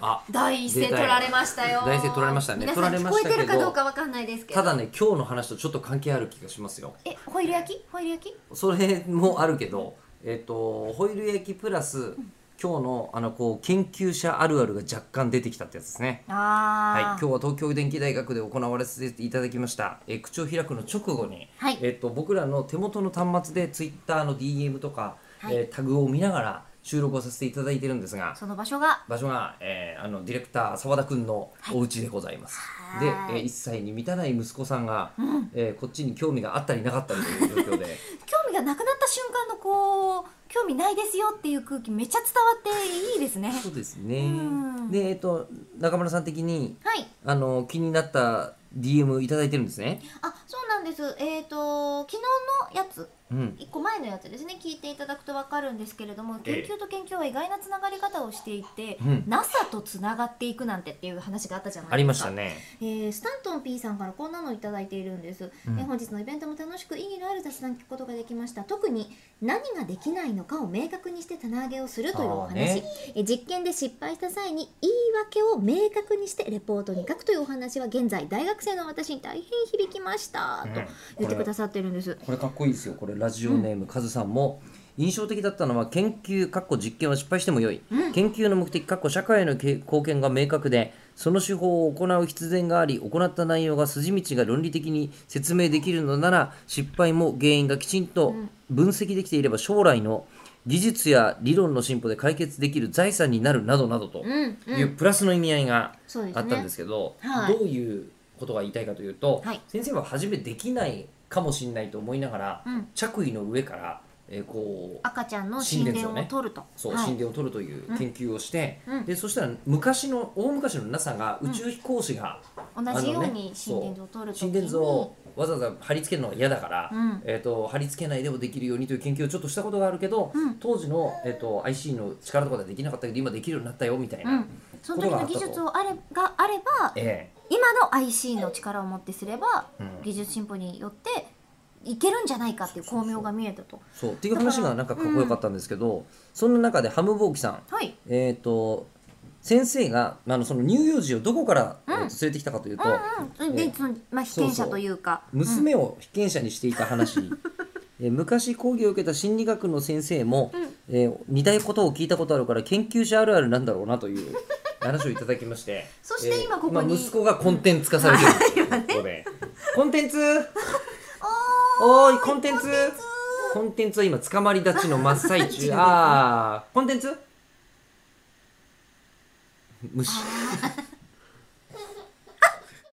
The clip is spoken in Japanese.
あ第一声取られましたよ第一声取られましたね皆さん取られ聞まこしえたけてどるかどうかわかんないですけどただね今日の話とちょっと関係ある気がしますよえホイル焼きホイル焼きそれもあるけど、えっとホイル焼きプラス、今日のあのこう研究者あるあるが若干出てきたってやつですねはい、あ今日は東京電機大学で行われていただきましたえー口を開くの直後に、はいえっと僕らの手元の端末でツイッターの DM とか、はいえータグを見ながら収録をさせていただいてるんですがその場所が場所が、えーあのディレクター澤田君のお家でございます、はいで、えはーい1歳に満たない息子さんが、えーこっちに興味があったりなかったりという状況 で興味がなくなった瞬間のこう興味ないですよっていう空気めっちゃ伝わっていいですねそうですねうんでえっと中村さん的にはいあの気になった DM いただいてるんですねあそうなんですえっ、と昨日のやつうん1個前のやつですね聞いていただくと分かるんですけれども研ええ究と研究は意外なつながり方をしていて、うん NASA とつながっていくなんてっていう話があったじゃないですかありましたねえースタントン P さんからこんなのいただいているんです、うんえー本日のイベントも楽しく意義のある雑談聞くことができました特に何ができないのかを明確にして棚上げをするというおあー話、ねえー実験で失敗した際に言い訳を明確にしてレポートに書くというお話は現在大学生の私に大変響きました、と言ってくださってるんですこれかっこいいですよこれラジオネームカズさんも、印象的だったのは研究かっこ実験は失敗してもよい、研究の目的かっこ社会へのけ貢献が明確でその手法を行う必然があり行った内容が筋道が論理的に説明できるのなら失敗も原因がきちんと分析できていれば将来の技術や理論の進歩で解決できる財産になるなどなどとうんういうんプラスの意味合いがそうですねあったんですけど、はいどういうことが言いたいかというと、はい先生は初めできないかもしれないと思いながら、うん着衣の上から、えーこう赤ちゃんの心心電電図ををね取るとそう、はい心電を取るという研究をして、うんうんでそしたら昔の大昔の NASA が宇宙飛行士が、同じようあのねに心電図を取るとき心電図をわざわざ貼り付けるのが嫌だから、うんえー、と貼り付けないでもできるようにという研究をちょっとしたことがあるけど、うん当時の、えー、と IC の力とかではできなかったけど今できるようになったよみたいな。うん、その時の技術をあれがあればえ今の IC の力を持ってすれば、うん技術進歩によっていけるんじゃないかっていう巧妙が見えたとえそうっていう話がなんかかっこよかったんですけど、そんな中でハムボーキさんはいえー、と先生があのその乳幼児をどこから、えーと連れてきたかというと、うんうんえでーその、まあ、被験者というかうん娘を被験者にしていた話、えー昔講義を受けた心理学の先生も、えー似たことを聞いたことあるから研究者あるあるなんだろうなという話をいただきましてそして今ここに今息子がコンテンツ化されてるということで、コンテンツおーいコンテンツコンテンツは今捕まり立ちの真っ最中あーコンテンツ虫